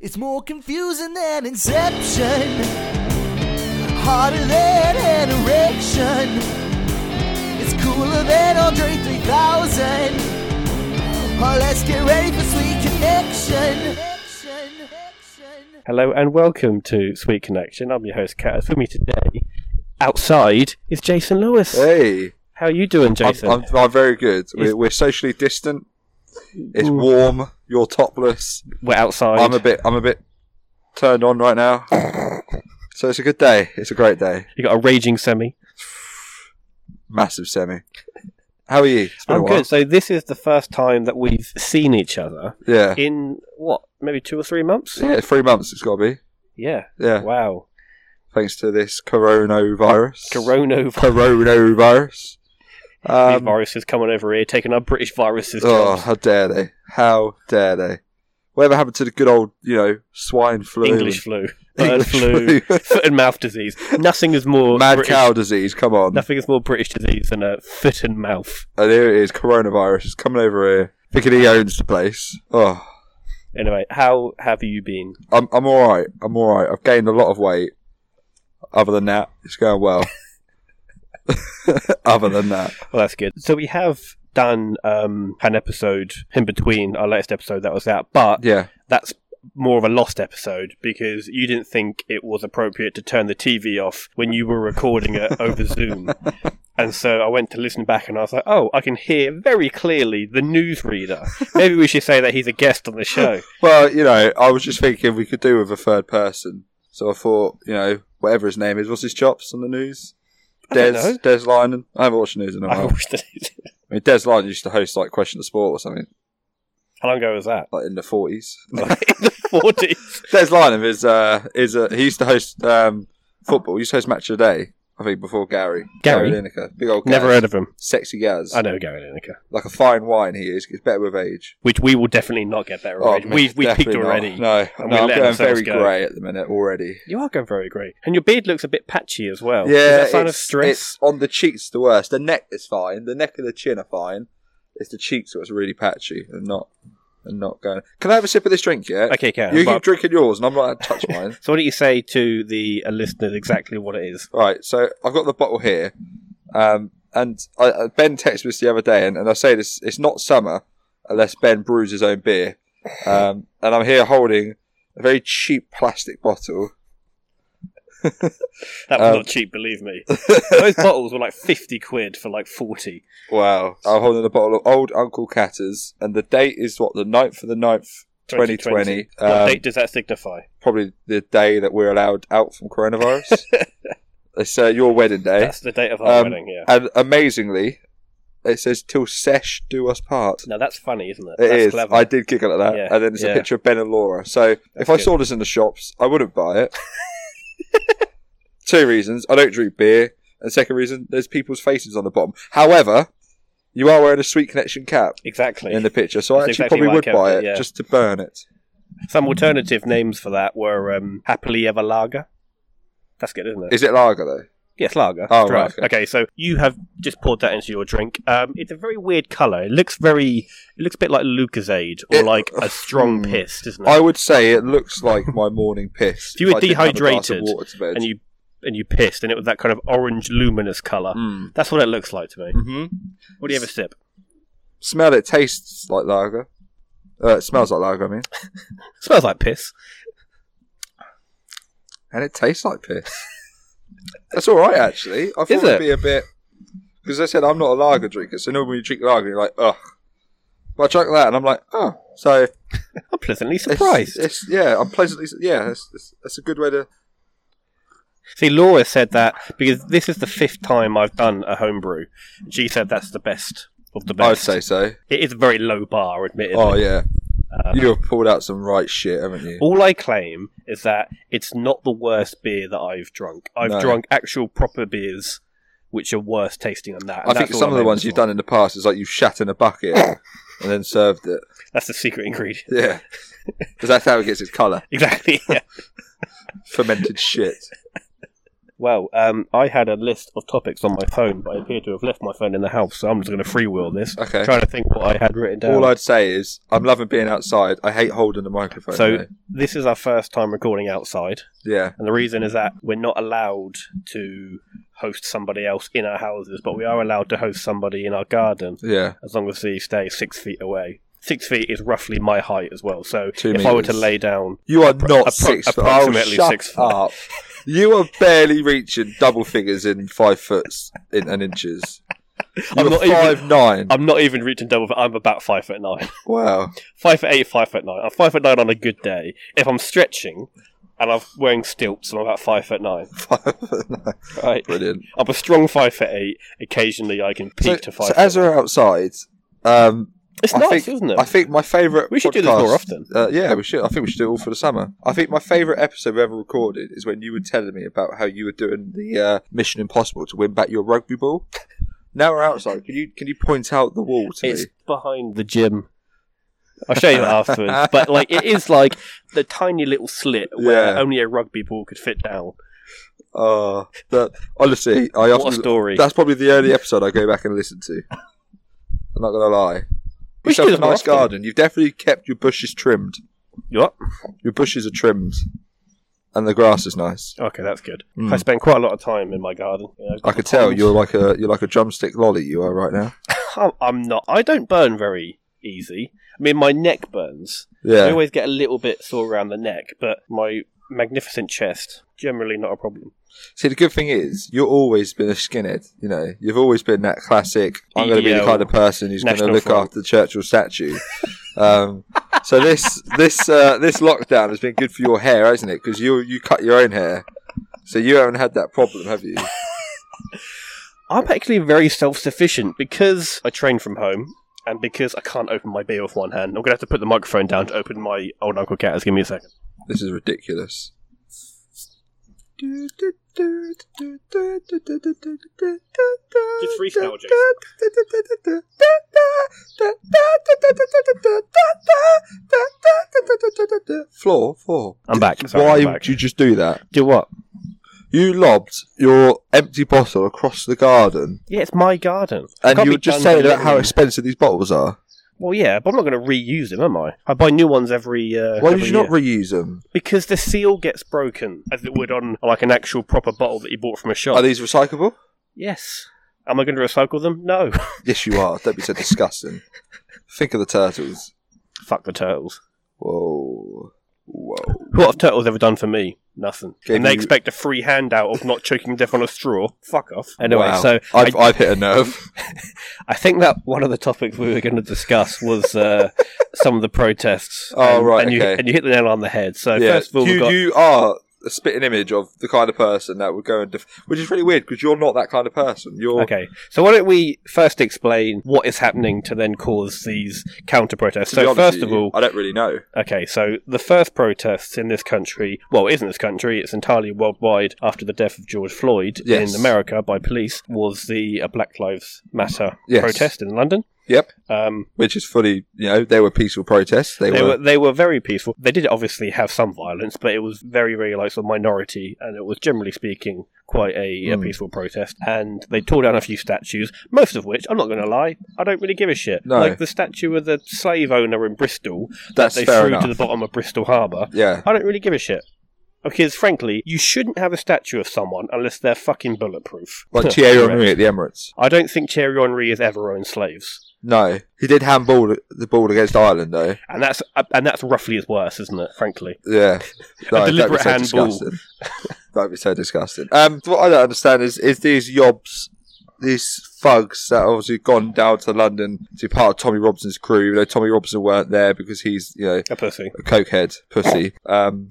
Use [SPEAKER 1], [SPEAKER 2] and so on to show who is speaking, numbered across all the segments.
[SPEAKER 1] It's more confusing than inception, harder than an erection. It's cooler than Andre 3000. Oh, let's get ready for sweet connection.
[SPEAKER 2] Hello and welcome to Sweet Connection. I'm your host, Kaz. With me today, outside, is Jason Lewis.
[SPEAKER 3] Hey,
[SPEAKER 2] How are you doing,
[SPEAKER 3] I'm,
[SPEAKER 2] Jason?
[SPEAKER 3] I'm, I'm very good.
[SPEAKER 2] It's-
[SPEAKER 3] We're, we're socially distant. It's
[SPEAKER 2] Ooh.
[SPEAKER 3] warm. You're topless.
[SPEAKER 2] We're outside.
[SPEAKER 3] I'm a bit. I'm a bit turned on right now. so it's a good day. It's a great day.
[SPEAKER 2] You got a raging semi.
[SPEAKER 3] Massive semi. How are you? It's been a
[SPEAKER 2] I'm
[SPEAKER 3] while.
[SPEAKER 2] good. So this is the first time that we've seen each other
[SPEAKER 3] Yeah.
[SPEAKER 2] in what, maybe two or three months?
[SPEAKER 3] Yeah. Three months. It's got to be.
[SPEAKER 2] Yeah.
[SPEAKER 3] Yeah.
[SPEAKER 2] Wow.
[SPEAKER 3] Thanks to this coronavirus. Um,
[SPEAKER 2] Coronavirus
[SPEAKER 3] coronavirus. Um,
[SPEAKER 2] virus is coming over here, taking our British viruses.
[SPEAKER 3] oh,
[SPEAKER 2] jobs.
[SPEAKER 3] how dare they? How dare they? Whatever happened to the good old, you know, swine flu?
[SPEAKER 2] English flu, bird
[SPEAKER 3] English
[SPEAKER 2] flu, foot and mouth disease. Nothing is more
[SPEAKER 3] Mad
[SPEAKER 2] British,
[SPEAKER 3] cow disease, come on.
[SPEAKER 2] Nothing is more British disease than a foot and mouth
[SPEAKER 3] And here it is, coronavirus is coming over here. Thinking he owns the place. Oh,
[SPEAKER 2] Anyway, how have you been?
[SPEAKER 3] I'm, I'm alright. I'm alright. I've gained a lot of weight. Other than that, it's going well. Other than that.
[SPEAKER 2] Well, that's good. So we have done um, an episode in between our latest episode that was out, but
[SPEAKER 3] Yeah.
[SPEAKER 2] that's more of a lost episode because you didn't think it was appropriate to turn the TV off when you were recording it over Zoom. And so I went to listen back and I was like, oh, I can hear very clearly the newsreader. Maybe we should say that he's a guest on the show.
[SPEAKER 3] Well, you know, I was just thinking we could do with a third person. So I thought, you know, whatever his name is, what's his chops on the news?
[SPEAKER 2] don't
[SPEAKER 3] Des,
[SPEAKER 2] know.
[SPEAKER 3] Des Lyon. I haven't watched the news in a
[SPEAKER 2] I
[SPEAKER 3] while.
[SPEAKER 2] wish that
[SPEAKER 3] I mean, Des Lyon used to host like Question of Sport or something,
[SPEAKER 2] How long ago was that?
[SPEAKER 3] like in the 40s.
[SPEAKER 2] Like in the 40s.
[SPEAKER 3] Des Lynam is uh is a, he used to host um football. He used to host match of the day, I think, before Gary.
[SPEAKER 2] Gary?
[SPEAKER 3] Lineker, big old Gaz.
[SPEAKER 2] Never heard of him.
[SPEAKER 3] sexy Gaz.
[SPEAKER 2] I know Gary Lineker.
[SPEAKER 3] Like a fine wine, he is. Gets better with age.
[SPEAKER 2] Which we will definitely not get better
[SPEAKER 3] Oh,
[SPEAKER 2] at. we we peaked
[SPEAKER 3] definitely not.
[SPEAKER 2] already.
[SPEAKER 3] No, no,
[SPEAKER 2] we're
[SPEAKER 3] I'm
[SPEAKER 2] letting
[SPEAKER 3] going
[SPEAKER 2] ourselves
[SPEAKER 3] very
[SPEAKER 2] go.
[SPEAKER 3] grey at the minute already.
[SPEAKER 2] You are going very great. And your beard looks a bit patchy as well.
[SPEAKER 3] yeah,
[SPEAKER 2] Is that a sign of
[SPEAKER 3] it's-
[SPEAKER 2] stress?
[SPEAKER 3] It's on the cheeks the worst. The neck is fine. The neck and the chin are fine. It's the cheeks that's really patchy and not and not going. Can I have a sip of this drink yet?
[SPEAKER 2] Okay, Karen.
[SPEAKER 3] You
[SPEAKER 2] but-
[SPEAKER 3] keep drinking yours, and I'm not gonna touch mine.
[SPEAKER 2] So, what do you say to the uh, listeners exactly what it is?
[SPEAKER 3] Right, so I've got the bottle here, um, and I, I- Ben texted me this the other day, and, and I say this: it's not summer unless Ben brews his own beer. Um, and I'm here holding a very cheap plastic bottle.
[SPEAKER 2] That was
[SPEAKER 3] Um,
[SPEAKER 2] not cheap, believe me. Those bottles were like 50 quid for like 40.
[SPEAKER 3] Wow! I'm holding a bottle of Old Uncle Catter's, and the date is what the 9th of the 9th, 2020.
[SPEAKER 2] What
[SPEAKER 3] Um,
[SPEAKER 2] date does that signify?
[SPEAKER 3] probably the day that we're allowed out from coronavirus. it's uh, your wedding day.
[SPEAKER 2] That's the date of our
[SPEAKER 3] um,
[SPEAKER 2] wedding, yeah.
[SPEAKER 3] and amazingly, it says till sesh do us part.
[SPEAKER 2] Now, that's funny, isn't it?
[SPEAKER 3] It
[SPEAKER 2] that's
[SPEAKER 3] is.
[SPEAKER 2] clever.
[SPEAKER 3] I did giggle at that.
[SPEAKER 2] Yeah,
[SPEAKER 3] And then it's
[SPEAKER 2] yeah.
[SPEAKER 3] a picture of Ben and Laura. So if I
[SPEAKER 2] good.
[SPEAKER 3] saw this in the shops, I wouldn't buy it. Two reasons. I don't drink beer. And second reason, there's people's faces on the bottom. However, you are wearing a Sweet Connection cap
[SPEAKER 2] Exactly.
[SPEAKER 3] in the picture. So I
[SPEAKER 2] That's
[SPEAKER 3] actually
[SPEAKER 2] exactly why I
[SPEAKER 3] probably would
[SPEAKER 2] kept
[SPEAKER 3] buy
[SPEAKER 2] it,
[SPEAKER 3] it,
[SPEAKER 2] yeah.
[SPEAKER 3] just to burn it.
[SPEAKER 2] Some alternative names for that were um, Happily Ever Lager. That's good, isn't it?
[SPEAKER 3] Is it lager, though?
[SPEAKER 2] Yes, lager.
[SPEAKER 3] Oh,
[SPEAKER 2] Dry.
[SPEAKER 3] right,
[SPEAKER 2] okay.
[SPEAKER 3] okay.
[SPEAKER 2] so you have just poured that into your drink. Um, it's a very weird colour. It looks very, it looks a bit like Lucasade or
[SPEAKER 3] It-
[SPEAKER 2] like a strong
[SPEAKER 3] Hmm.
[SPEAKER 2] piss, doesn't it?
[SPEAKER 3] I would say it looks like my morning piss.
[SPEAKER 2] If you were
[SPEAKER 3] I didn't have a glass of
[SPEAKER 2] dehydrated
[SPEAKER 3] water to bed.
[SPEAKER 2] and you and you pissed, and it was that kind of orange luminous colour.
[SPEAKER 3] Mm.
[SPEAKER 2] That's what it looks like to me.
[SPEAKER 3] hmm
[SPEAKER 2] What do you have a sip?
[SPEAKER 3] Smell it tastes like lager. Uh, it smells like lager, I mean.
[SPEAKER 2] smells like piss.
[SPEAKER 3] and it tastes like piss. That's all right, actually. I thought
[SPEAKER 2] Is
[SPEAKER 3] it? would
[SPEAKER 2] it?
[SPEAKER 3] be a bit because I said I'm not a lager drinker, so normally when you drink lager, you're like, ugh. But I drank that, and I'm like, oh, so
[SPEAKER 2] I'm pleasantly
[SPEAKER 3] it's,
[SPEAKER 2] surprised.
[SPEAKER 3] it's- yeah, I'm pleasantly yeah. It's, it's, it's a good way to.
[SPEAKER 2] See, Laura said that because this is the fifth time I've done a homebrew. She said that's the best of the
[SPEAKER 3] I'd
[SPEAKER 2] best.
[SPEAKER 3] say so.
[SPEAKER 2] it is a very low bar, admittedly.
[SPEAKER 3] Oh yeah,
[SPEAKER 2] Um,
[SPEAKER 3] you have pulled out some right shit, haven't you?
[SPEAKER 2] All I claim is that it's not the worst beer that I've drunk. I've
[SPEAKER 3] No.
[SPEAKER 2] drunk actual proper beers which are worse tasting than that. and
[SPEAKER 3] I think
[SPEAKER 2] that's all
[SPEAKER 3] some of
[SPEAKER 2] I'm
[SPEAKER 3] the ones
[SPEAKER 2] aiming
[SPEAKER 3] you've
[SPEAKER 2] for.
[SPEAKER 3] done in the past is like you shat in a bucket and then served it.
[SPEAKER 2] That's the secret ingredient.
[SPEAKER 3] Yeah, because that's how it gets its colour.
[SPEAKER 2] Exactly. Yeah.
[SPEAKER 3] Fermented shit.
[SPEAKER 2] Well, um, I had a list of topics on my phone, but I appear to have left my phone in the house, so I'm just going to freewheel this.
[SPEAKER 3] Okay.
[SPEAKER 2] Trying to think what I had written down.
[SPEAKER 3] All I'd say is I'm loving being outside. I hate holding the microphone.
[SPEAKER 2] so
[SPEAKER 3] though.
[SPEAKER 2] this is our first time recording outside,
[SPEAKER 3] yeah,
[SPEAKER 2] and the reason is that we're not allowed to host somebody else in our houses, but we are allowed to host somebody in our garden
[SPEAKER 3] yeah,
[SPEAKER 2] as long as they stay six feet away. Six feet is roughly my height as well. So
[SPEAKER 3] Two
[SPEAKER 2] if I were to
[SPEAKER 3] meters.
[SPEAKER 2] lay down,
[SPEAKER 3] you are not
[SPEAKER 2] appro-
[SPEAKER 3] six. Foot. Oh,
[SPEAKER 2] approximately
[SPEAKER 3] shut
[SPEAKER 2] six foot.
[SPEAKER 3] up. You are barely reaching double figures in five foot s- in, and inches.
[SPEAKER 2] I'm
[SPEAKER 3] You're
[SPEAKER 2] not even-
[SPEAKER 3] five nine.
[SPEAKER 2] I'm not even reaching double. But I'm about five foot nine.
[SPEAKER 3] Wow.
[SPEAKER 2] five foot eight, five foot nine. I'm five foot nine on a good day. If I'm stretching and I'm wearing stilts, I'm about five foot nine.
[SPEAKER 3] Five foot nine.
[SPEAKER 2] Right.
[SPEAKER 3] Brilliant.
[SPEAKER 2] I'm a strong five foot eight. Occasionally, I can peak
[SPEAKER 3] So,
[SPEAKER 2] to five.
[SPEAKER 3] so
[SPEAKER 2] foot
[SPEAKER 3] as
[SPEAKER 2] nine.
[SPEAKER 3] we're outside, um,
[SPEAKER 2] it's
[SPEAKER 3] I
[SPEAKER 2] nice,
[SPEAKER 3] think-
[SPEAKER 2] isn't it?
[SPEAKER 3] I think my favourite.
[SPEAKER 2] we should do this
[SPEAKER 3] podcast-
[SPEAKER 2] more often.
[SPEAKER 3] Uh, yeah, we should. I think we should do it all for the summer. I think my favourite episode we ever recorded is when you were telling me about how you were doing the uh, Mission Impossible to win back your rugby ball. Now we're outside. Can you can you point out the wall to
[SPEAKER 2] It's
[SPEAKER 3] me?
[SPEAKER 2] behind the gym. I'll show you that afterwards. But like, it is like the tiny little slit where
[SPEAKER 3] Yeah.
[SPEAKER 2] only a rugby ball could fit down.
[SPEAKER 3] Uh, that honestly, I
[SPEAKER 2] What a
[SPEAKER 3] often,
[SPEAKER 2] story!
[SPEAKER 3] that's probably the only episode I go back and listen to. I'm not gonna lie.
[SPEAKER 2] We should
[SPEAKER 3] Yourself
[SPEAKER 2] do
[SPEAKER 3] a
[SPEAKER 2] this more
[SPEAKER 3] nice
[SPEAKER 2] often.
[SPEAKER 3] garden. You've definitely kept your bushes trimmed.
[SPEAKER 2] You what?
[SPEAKER 3] Your bushes are trimmed, and the grass is nice.
[SPEAKER 2] Okay, that's good.
[SPEAKER 3] Mm.
[SPEAKER 2] I spend quite a lot of time in my garden. you know,
[SPEAKER 3] I could tell you're like a you're like a drumstick lolly. You are right now.
[SPEAKER 2] I'm- I'm not. I don't burn very easy. I mean, my neck burns. I
[SPEAKER 3] Yeah.
[SPEAKER 2] always get a little bit sore around the neck, but my magnificent chest generally not a problem.
[SPEAKER 3] See, the good thing is you've always been a skinhead. You know, you've always been that classic. I'm going to be the
[SPEAKER 2] EDL,
[SPEAKER 3] kind of person who's going to
[SPEAKER 2] National
[SPEAKER 3] look
[SPEAKER 2] Front.
[SPEAKER 3] after the Churchill statue. um, so this this uh, this lockdown has been good for your hair, hasn't it? Because you you cut your own hair, so you haven't had that problem, have you?
[SPEAKER 2] I'm actually very self-sufficient because I train from home. And because I can't open my beer with one hand, I'm going to have to put the microphone down to open my old Uncle Cat. Give me a second.
[SPEAKER 3] This is ridiculous. Just
[SPEAKER 2] freestyle,
[SPEAKER 3] Jason. Floor, floor.
[SPEAKER 2] I'm back. Sorry,
[SPEAKER 3] Why
[SPEAKER 2] I'm back.
[SPEAKER 3] would you just do that?
[SPEAKER 2] do what?
[SPEAKER 3] You lobbed your empty bottle across the garden,
[SPEAKER 2] Yeah, it's my garden.
[SPEAKER 3] and
[SPEAKER 2] Can't
[SPEAKER 3] you
[SPEAKER 2] be
[SPEAKER 3] were just
[SPEAKER 2] done
[SPEAKER 3] saying about
[SPEAKER 2] belittling.
[SPEAKER 3] how expensive these bottles are.
[SPEAKER 2] Well, yeah, but I'm not going to reuse them, am I? I buy new ones every. Uh,
[SPEAKER 3] Why
[SPEAKER 2] every
[SPEAKER 3] did you not
[SPEAKER 2] year.
[SPEAKER 3] reuse them?
[SPEAKER 2] Because the seal gets broken, as it would on like an actual proper bottle that you bought from a shop.
[SPEAKER 3] Are these recyclable?
[SPEAKER 2] yes. Am I going to recycle them? No.
[SPEAKER 3] Yes, you are. Don't be so disgusting. Think of the turtles.
[SPEAKER 2] Fuck the turtles.
[SPEAKER 3] Whoa. Whoa.
[SPEAKER 2] What have turtles ever done for me? Nothing.
[SPEAKER 3] Gave
[SPEAKER 2] and they
[SPEAKER 3] you-
[SPEAKER 2] expect a free handout of not choking death on a straw. Fuck off. Anyway,
[SPEAKER 3] Wow.
[SPEAKER 2] so I,
[SPEAKER 3] I've, I... have hit a nerve.
[SPEAKER 2] I think that one of the topics we were going to discuss was uh, some of the protests.
[SPEAKER 3] Oh,
[SPEAKER 2] and,
[SPEAKER 3] right,
[SPEAKER 2] and you,
[SPEAKER 3] okay.
[SPEAKER 2] and you hit the nail on the head. So
[SPEAKER 3] yeah.
[SPEAKER 2] first of all,
[SPEAKER 3] you,
[SPEAKER 2] we've got
[SPEAKER 3] you are a spitting image of the kind of person that would go and, def- which is really weird because you're not that kind of person. You're
[SPEAKER 2] Okay, so why don't we first explain what is happening to then cause these counter protests?
[SPEAKER 3] to be
[SPEAKER 2] So,
[SPEAKER 3] honest with
[SPEAKER 2] first of
[SPEAKER 3] you,
[SPEAKER 2] all,
[SPEAKER 3] I don't really know.
[SPEAKER 2] okay, so the first protests in this country, well, it isn't this country, it's entirely worldwide after the death of George Floyd
[SPEAKER 3] Yes.
[SPEAKER 2] in America by police, was the uh, Black Lives Matter
[SPEAKER 3] Yes.
[SPEAKER 2] protest in London.
[SPEAKER 3] Yep,
[SPEAKER 2] Um,
[SPEAKER 3] which is fully you know they were peaceful protests. They,
[SPEAKER 2] they,
[SPEAKER 3] were,
[SPEAKER 2] were they were very peaceful. They did obviously have some violence, but it was very very like sort of minority, and it was generally speaking quite a, a
[SPEAKER 3] Mm.
[SPEAKER 2] peaceful protest. And they tore down a few statues, most of which I'm not going to lie, I don't really give a shit.
[SPEAKER 3] No.
[SPEAKER 2] Like the statue of the slave owner in Bristol
[SPEAKER 3] that's
[SPEAKER 2] they
[SPEAKER 3] fair
[SPEAKER 2] threw
[SPEAKER 3] enough.
[SPEAKER 2] to the bottom of Bristol Harbour.
[SPEAKER 3] yeah,
[SPEAKER 2] I don't really give a shit. Because frankly, you shouldn't have a statue of someone unless they're fucking bulletproof.
[SPEAKER 3] like Thierry
[SPEAKER 2] Correct.
[SPEAKER 3] Henry at the Emirates.
[SPEAKER 2] I don't think Thierry Henry has ever owned slaves,
[SPEAKER 3] No, he did handball the ball against Ireland though.
[SPEAKER 2] and that's uh, and that's roughly as worse, isn't it? Frankly,
[SPEAKER 3] Yeah, no, don't be
[SPEAKER 2] deliberate
[SPEAKER 3] so
[SPEAKER 2] handball.
[SPEAKER 3] disgusting. don't be so disgusting. Um, what I don't understand is is these yobs, these thugs that obviously gone down to London to be part of Tommy Robinson's crew. Even though Tommy Robinson weren't there because he's you know
[SPEAKER 2] a pussy.
[SPEAKER 3] a cokehead pussy. Um,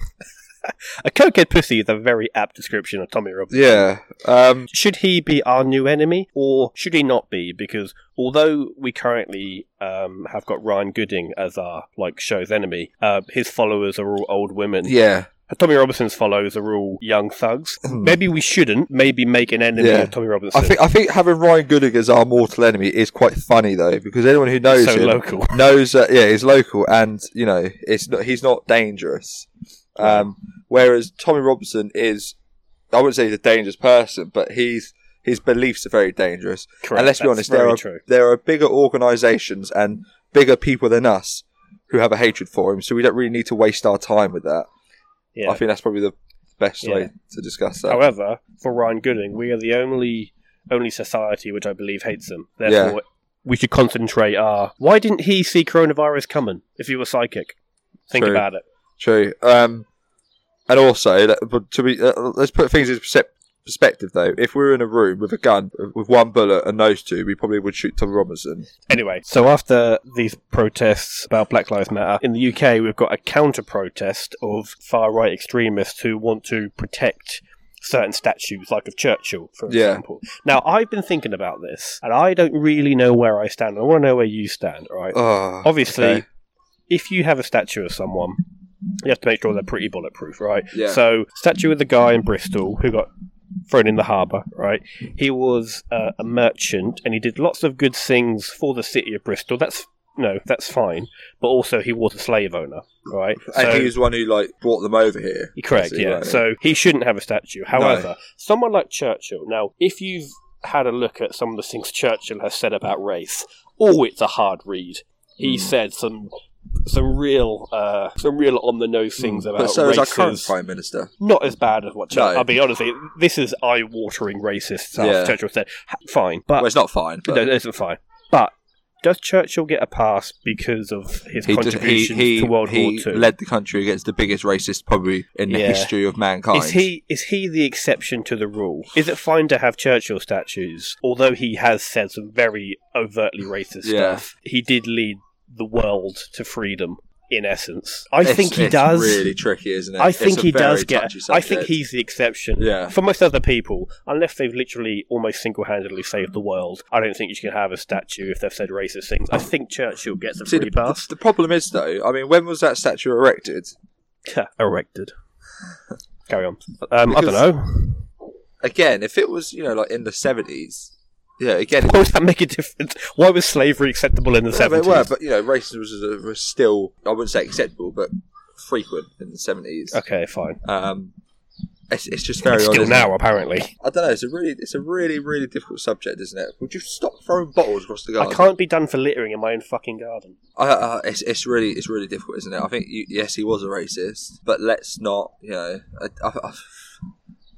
[SPEAKER 2] A cokehead pussy is a very apt description of Tommy Robinson.
[SPEAKER 3] yeah. Um,
[SPEAKER 2] Should he be our new enemy, or should he not be? Because although we currently um, have got Ryan Gooding as our like show's enemy, uh, his followers are all old women.
[SPEAKER 3] yeah.
[SPEAKER 2] Tommy Robinson's followers are all young thugs. Maybe we shouldn't. Maybe make an enemy
[SPEAKER 3] Hmm. Yeah.
[SPEAKER 2] of Tommy Robinson.
[SPEAKER 3] I think I think having Ryan Gooding as our mortal enemy is quite funny though, because anyone who knows
[SPEAKER 2] so
[SPEAKER 3] him
[SPEAKER 2] local.
[SPEAKER 3] knows that yeah, he's local and you know it's not he's not dangerous. Um, whereas Tommy Robinson is I wouldn't say he's a dangerous person, but he's his beliefs are very dangerous.
[SPEAKER 2] Correct,
[SPEAKER 3] and let's be
[SPEAKER 2] that's
[SPEAKER 3] honest,
[SPEAKER 2] very
[SPEAKER 3] there are
[SPEAKER 2] true.
[SPEAKER 3] there are bigger organisations and bigger people than us who have a hatred for him, so we don't really need to waste our time with that.
[SPEAKER 2] Yeah.
[SPEAKER 3] I think that's probably the best
[SPEAKER 2] Yeah.
[SPEAKER 3] way to discuss that.
[SPEAKER 2] However, for Ryan Gooding, we are the only only society which I believe hates him. Therefore, we should concentrate our. Why didn't he see coronavirus coming? If he was psychic, think
[SPEAKER 3] True.
[SPEAKER 2] about it.
[SPEAKER 3] True. Um, and also, that- but to be, uh, let's put things in percep- perspective though. If we were in a room with a gun, with one bullet and those two, we probably would shoot Tom Robinson.
[SPEAKER 2] Anyway, so after these protests about Black Lives Matter, in the UK we've got a counter protest of far right extremists who want to protect certain statues, like of Churchill, for
[SPEAKER 3] Yeah.
[SPEAKER 2] example. Now, I've been thinking about this, and I don't really know where I stand. I want to know where you stand, all right?
[SPEAKER 3] Oh,
[SPEAKER 2] Obviously,
[SPEAKER 3] okay.
[SPEAKER 2] if you have a statue of someone, you have to make sure they're pretty bulletproof, right?
[SPEAKER 3] Yeah.
[SPEAKER 2] So, statue of the guy in Bristol who got thrown in the harbour, right? He was uh, a merchant and he did lots of good things for the city of Bristol. That's no, that's fine. But also, he was a slave owner, right?
[SPEAKER 3] and
[SPEAKER 2] So-
[SPEAKER 3] he was the one who like brought them over here.
[SPEAKER 2] Correct,
[SPEAKER 3] Obviously,
[SPEAKER 2] yeah.
[SPEAKER 3] right?
[SPEAKER 2] So he shouldn't have a statue. However, someone like Churchill, now, if you've had a look at some of the things Churchill has said about race, oh, it's a hard read. He
[SPEAKER 3] Hmm.
[SPEAKER 2] said some some real uh, some real on the nose things about
[SPEAKER 3] Hmm. but so is our current
[SPEAKER 2] races.
[SPEAKER 3] prime minister.
[SPEAKER 2] Not as bad as what Churchill.
[SPEAKER 3] No.
[SPEAKER 2] I'll be honest. with you, This is eye watering racist stuff.
[SPEAKER 3] Yeah.
[SPEAKER 2] Churchill said, Ha- fine, but
[SPEAKER 3] well, it's not fine, but
[SPEAKER 2] no, it isn't fine. But does Churchill get a pass because of his
[SPEAKER 3] he, did, he,
[SPEAKER 2] contribution
[SPEAKER 3] he,
[SPEAKER 2] to World
[SPEAKER 3] he
[SPEAKER 2] War Two?
[SPEAKER 3] led the country against the biggest racist probably in the
[SPEAKER 2] Yeah.
[SPEAKER 3] history of mankind.
[SPEAKER 2] Is he is he the exception to the rule? Is it fine to have Churchill statues? Although he has said some very overtly racist
[SPEAKER 3] Yeah.
[SPEAKER 2] stuff, he did lead the world to freedom. In essence, I
[SPEAKER 3] It's-
[SPEAKER 2] think he
[SPEAKER 3] it's
[SPEAKER 2] does.
[SPEAKER 3] Really tricky, isn't it?
[SPEAKER 2] I
[SPEAKER 3] It's
[SPEAKER 2] think
[SPEAKER 3] a
[SPEAKER 2] he does
[SPEAKER 3] very
[SPEAKER 2] get.
[SPEAKER 3] touchy
[SPEAKER 2] I think
[SPEAKER 3] subject.
[SPEAKER 2] he's the exception.
[SPEAKER 3] Yeah.
[SPEAKER 2] For most other people, unless they've literally almost single-handedly saved the world, I don't think you can have a statue if they've said racist things. I think Churchill gets a
[SPEAKER 3] See,
[SPEAKER 2] free
[SPEAKER 3] the, the,
[SPEAKER 2] pass.
[SPEAKER 3] the problem is though. I mean, when was that statue erected?
[SPEAKER 2] Erected. Carry on. Um, I don't
[SPEAKER 3] Because-
[SPEAKER 2] know.
[SPEAKER 3] Again, if it was you know like in the seventies, yeah. Again,
[SPEAKER 2] Why would that make a difference? Why was slavery acceptable in the
[SPEAKER 3] Yeah, they
[SPEAKER 2] seventies?
[SPEAKER 3] were, but you know, racism was, uh, was still I wouldn't say acceptable, but frequent in the seventies.
[SPEAKER 2] okay, fine.
[SPEAKER 3] Um, it's, it's just very
[SPEAKER 2] It's
[SPEAKER 3] odd,
[SPEAKER 2] Uh. still
[SPEAKER 3] isn't it?
[SPEAKER 2] now, apparently.
[SPEAKER 3] I don't know. It's a really, it's a really, really difficult subject, isn't it? Would you stop throwing bottles across the
[SPEAKER 2] I
[SPEAKER 3] garden?
[SPEAKER 2] can't be done for littering in my own fucking garden.
[SPEAKER 3] I, I, it's, it's really, it's really difficult, isn't it? I think you, yes, he was a racist, but let's not. You know, I, I, I,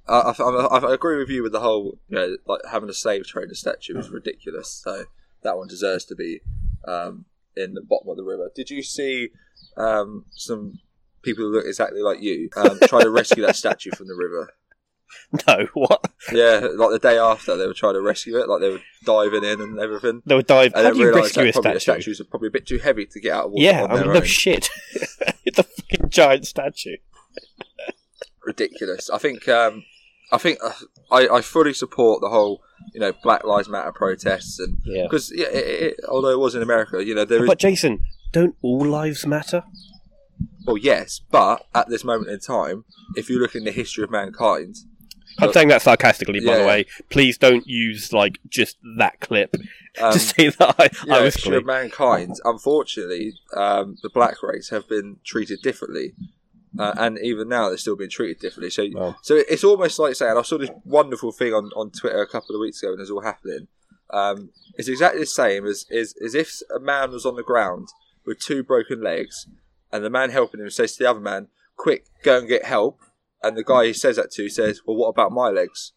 [SPEAKER 3] I, I, I agree with you with the whole, you know, like having a slave trader statue is ridiculous. So that one deserves to be um, in the bottom of the river. Did you see um, some people who look exactly like you um, try to rescue that statue from the river?
[SPEAKER 2] No, what?
[SPEAKER 3] Yeah, like the day after they were trying to rescue it, like they were diving in and everything.
[SPEAKER 2] They would dive.
[SPEAKER 3] And
[SPEAKER 2] How
[SPEAKER 3] then
[SPEAKER 2] do you
[SPEAKER 3] realised
[SPEAKER 2] rescue a
[SPEAKER 3] that probably
[SPEAKER 2] statue?
[SPEAKER 3] the statues are probably a bit too heavy to get out of water
[SPEAKER 2] yeah,
[SPEAKER 3] on
[SPEAKER 2] I
[SPEAKER 3] their
[SPEAKER 2] mean, no
[SPEAKER 3] own.
[SPEAKER 2] shit. it's a fucking giant statue.
[SPEAKER 3] ridiculous. I think um, I think uh, I, I fully support the whole you know Black Lives Matter protests and
[SPEAKER 2] Yeah.
[SPEAKER 3] because yeah, it, it, although it was in America, you know there is
[SPEAKER 2] But Jason, don't all lives matter?
[SPEAKER 3] well yes, but at this moment in time, if you look in the history of mankind,
[SPEAKER 2] I'm
[SPEAKER 3] Look-
[SPEAKER 2] saying that sarcastically, by the
[SPEAKER 3] Yeah.
[SPEAKER 2] way. Please don't use like just that clip
[SPEAKER 3] um,
[SPEAKER 2] to say that I,
[SPEAKER 3] you know,
[SPEAKER 2] I was.
[SPEAKER 3] Oh, history of
[SPEAKER 2] Clean.
[SPEAKER 3] mankind, unfortunately, um, the black race have been treated differently. Uh, and even now, they're still being treated differently. So,
[SPEAKER 2] Wow.
[SPEAKER 3] so it's almost like saying I saw this wonderful thing on, on Twitter a couple of weeks ago, and it was all happening. Um, it's exactly the same as, as as if a man was on the ground with two broken legs, and the man helping him says to the other man, "Quick, go and get help." And the guy he says that to says, "Well, what about my legs?"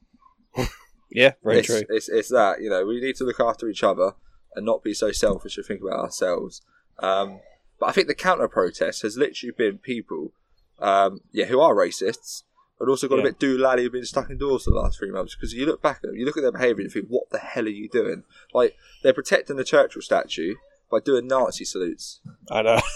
[SPEAKER 2] Yeah, very
[SPEAKER 3] it's,
[SPEAKER 2] true.
[SPEAKER 3] It's, it's that you know we need to look after each other and not be so selfish and think about ourselves. Um, but I think the counter protest has literally been people, um, yeah, who are racists, but also got
[SPEAKER 2] Yeah.
[SPEAKER 3] a bit doolally of being stuck indoors for the last three months. Because you look back at them, you look at their behaviour, and you think, what the hell are you doing? Like they're protecting the Churchill statue by doing Nazi salutes
[SPEAKER 2] I know.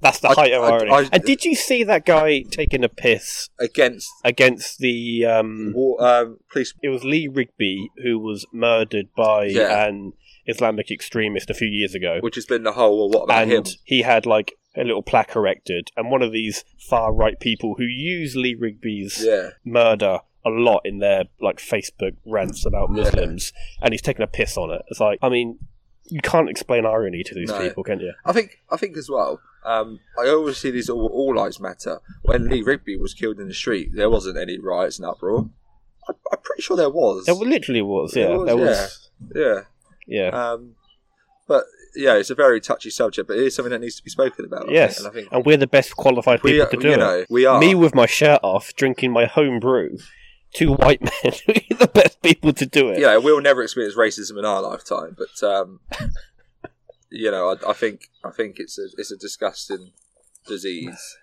[SPEAKER 2] That's the
[SPEAKER 3] I-
[SPEAKER 2] height of
[SPEAKER 3] I-
[SPEAKER 2] irony.
[SPEAKER 3] I-
[SPEAKER 2] and did you see that guy taking a piss
[SPEAKER 3] against
[SPEAKER 2] against the um,
[SPEAKER 3] war, um, police.
[SPEAKER 2] it was Lee Rigby who was murdered by
[SPEAKER 3] Yeah.
[SPEAKER 2] an Islamic extremist a few years ago,
[SPEAKER 3] Which has been the whole. Well, what about
[SPEAKER 2] and
[SPEAKER 3] him?
[SPEAKER 2] he had like a little plaque erected, and one of these far right people who use Lee Rigby's
[SPEAKER 3] Yeah,
[SPEAKER 2] murder a lot in their like Facebook rants about Muslims, and he's taking a piss on it. It's like, I mean, you can't explain irony to these
[SPEAKER 3] No.
[SPEAKER 2] people, can you?
[SPEAKER 3] I think I think as well. Um, I always see these all, all lives matter. When Lee Rigby was killed in the street, there wasn't any riots and uproar. pretty sure there was.
[SPEAKER 2] There literally was,
[SPEAKER 3] There
[SPEAKER 2] yeah.
[SPEAKER 3] was,
[SPEAKER 2] There was,
[SPEAKER 3] yeah.
[SPEAKER 2] yeah.
[SPEAKER 3] Um, but yeah, it's a very touchy subject, but it is something that needs to be spoken about. I think,
[SPEAKER 2] yes,
[SPEAKER 3] and I think
[SPEAKER 2] and we're the best qualified
[SPEAKER 3] we
[SPEAKER 2] people
[SPEAKER 3] are,
[SPEAKER 2] to do
[SPEAKER 3] you
[SPEAKER 2] it.
[SPEAKER 3] know, we are.
[SPEAKER 2] Me with my shirt off, drinking my home brew. Two white men, we're the best people to do it.
[SPEAKER 3] you know, we'll never experience racism in our lifetime, but um, you know, I, I think I think it's a it's a disgusting disease.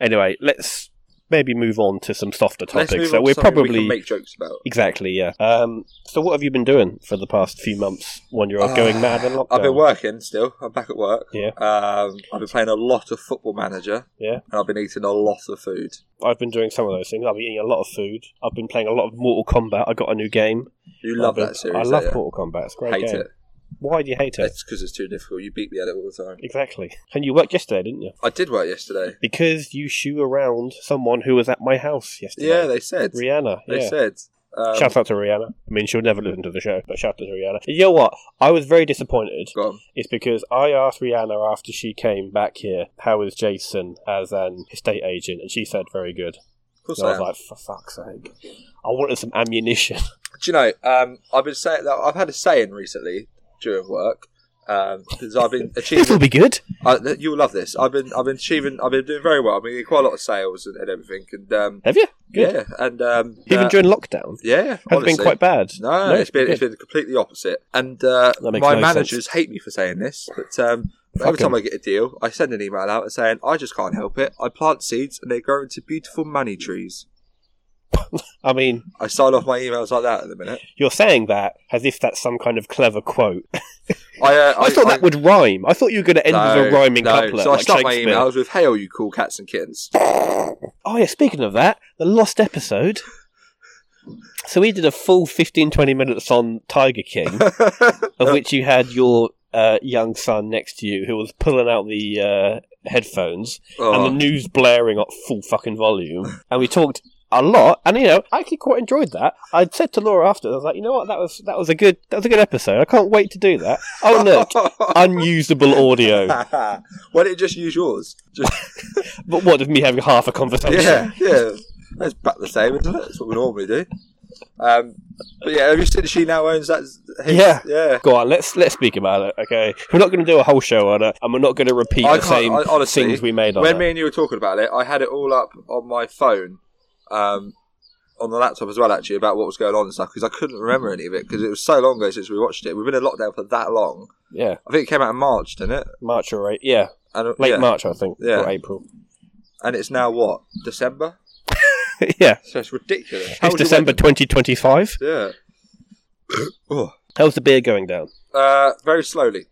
[SPEAKER 2] Anyway, let's maybe move on to some softer
[SPEAKER 3] Let's
[SPEAKER 2] topics
[SPEAKER 3] move on
[SPEAKER 2] that
[SPEAKER 3] to
[SPEAKER 2] we're
[SPEAKER 3] something
[SPEAKER 2] probably
[SPEAKER 3] we can make jokes about.
[SPEAKER 2] exactly yeah. Um, so what have you been doing for the past few months when you're
[SPEAKER 3] Ah,
[SPEAKER 2] going mad in lockdown?
[SPEAKER 3] I've been working still. I'm back at work.
[SPEAKER 2] Yeah.
[SPEAKER 3] Um, I've been playing a lot of Football Manager.
[SPEAKER 2] Yeah.
[SPEAKER 3] And I've been eating a lot of food.
[SPEAKER 2] I've been doing some of those things. I've been eating a lot of food. I've been playing a lot of Mortal Kombat. I got a new game.
[SPEAKER 3] You love
[SPEAKER 2] I've been-
[SPEAKER 3] that series.
[SPEAKER 2] I
[SPEAKER 3] don't
[SPEAKER 2] love
[SPEAKER 3] you?
[SPEAKER 2] Mortal Kombat. It's a great
[SPEAKER 3] Hate
[SPEAKER 2] game.
[SPEAKER 3] it.
[SPEAKER 2] Why do you hate it?
[SPEAKER 3] It's because it's too difficult. You beat me at it all the time.
[SPEAKER 2] Exactly. And you worked yesterday, didn't you?
[SPEAKER 3] I did work yesterday.
[SPEAKER 2] Because you shoo around someone who was at my house
[SPEAKER 3] Yeah,
[SPEAKER 2] yesterday.
[SPEAKER 3] they said.
[SPEAKER 2] Rihanna.
[SPEAKER 3] They
[SPEAKER 2] yeah.
[SPEAKER 3] said. Um,
[SPEAKER 2] shout out to Rihanna. I mean, she'll never listen to the show, but shout out to Rihanna. You know what? I was very disappointed.
[SPEAKER 3] go on.
[SPEAKER 2] It's because I asked Rihanna after she came back here, how is Jason as an estate agent? And she said, very good.
[SPEAKER 3] Of course
[SPEAKER 2] And I
[SPEAKER 3] I
[SPEAKER 2] was
[SPEAKER 3] am.
[SPEAKER 2] like, for fuck's sake. I wanted some ammunition.
[SPEAKER 3] Do you know? Um, I've been saying that I've had a saying recently during work because I've been
[SPEAKER 2] this will
[SPEAKER 3] achieving.
[SPEAKER 2] be good.
[SPEAKER 3] I, th- you'll love this. I've been I've been achieving. I've been doing very well. I've been getting quite a lot of sales and, and everything. And um,
[SPEAKER 2] Have you? Good.
[SPEAKER 3] yeah, and um,
[SPEAKER 2] Even
[SPEAKER 3] uh,
[SPEAKER 2] during lockdown.
[SPEAKER 3] yeah,
[SPEAKER 2] Has
[SPEAKER 3] honestly.
[SPEAKER 2] been quite bad.
[SPEAKER 3] No, it's been it's
[SPEAKER 2] good.
[SPEAKER 3] been the completely opposite. And uh,
[SPEAKER 2] That
[SPEAKER 3] my
[SPEAKER 2] makes no
[SPEAKER 3] managers hate me for saying this, but um, every
[SPEAKER 2] Fuck 'em.
[SPEAKER 3] time I get a deal, I send an email out saying I just can't help it. I plant seeds and they grow into beautiful money trees.
[SPEAKER 2] I mean,
[SPEAKER 3] I sign off my emails like that at the minute.
[SPEAKER 2] you're saying that as if that's some kind of clever quote.
[SPEAKER 3] I uh,
[SPEAKER 2] I, thought that would rhyme. I thought you were going to end
[SPEAKER 3] No,
[SPEAKER 2] with a rhyming
[SPEAKER 3] no.
[SPEAKER 2] couplet.
[SPEAKER 3] So I
[SPEAKER 2] like
[SPEAKER 3] start my
[SPEAKER 2] Shakespeare.
[SPEAKER 3] emails with "Hail, you cool cats and kittens."
[SPEAKER 2] Oh, yeah, speaking of that, the lost episode. So we did a full 15, 20 minutes on Tiger King, of which you had your uh, young son next to you who was pulling out the uh, headphones and
[SPEAKER 3] Oh,
[SPEAKER 2] the news blaring at full fucking volume. And we talked a lot, and you know, I actually quite enjoyed that. I said to Laura after, I was like, you know what, that was that was a good that was a good episode. I can't wait to do that. Oh look, unusable audio.
[SPEAKER 3] Why don't you just use yours? Just,
[SPEAKER 2] But what of me having half a conversation?
[SPEAKER 3] yeah, yeah. That's about the same, isn't it? That's what we normally do. Um, but yeah, have you seen she now owns that?
[SPEAKER 2] Yeah.
[SPEAKER 3] yeah.
[SPEAKER 2] Go on, let's let's speak about it. Okay, we're not going to do a whole show on it, and we're not going to repeat
[SPEAKER 3] I
[SPEAKER 2] the
[SPEAKER 3] can't-
[SPEAKER 2] same
[SPEAKER 3] I- honestly,
[SPEAKER 2] things we made on
[SPEAKER 3] when
[SPEAKER 2] it.
[SPEAKER 3] me and you were talking about it, I had it all up on my phone, um, on the laptop as well, actually, about what was going on and stuff because I couldn't remember any of it because it was so long ago since we watched it. We've been in lockdown for that long.
[SPEAKER 2] yeah,
[SPEAKER 3] I think it came out in March, didn't it?
[SPEAKER 2] March or eight, yeah,
[SPEAKER 3] And, uh,
[SPEAKER 2] late
[SPEAKER 3] yeah.
[SPEAKER 2] March, I think,
[SPEAKER 3] Yeah.
[SPEAKER 2] or April.
[SPEAKER 3] And it's now what December,
[SPEAKER 2] yeah,
[SPEAKER 3] so it's ridiculous. How
[SPEAKER 2] it's
[SPEAKER 3] would you
[SPEAKER 2] December twenty twenty five.
[SPEAKER 3] wait- Yeah. oh.
[SPEAKER 2] How's the beer going down?
[SPEAKER 3] Uh, very slowly.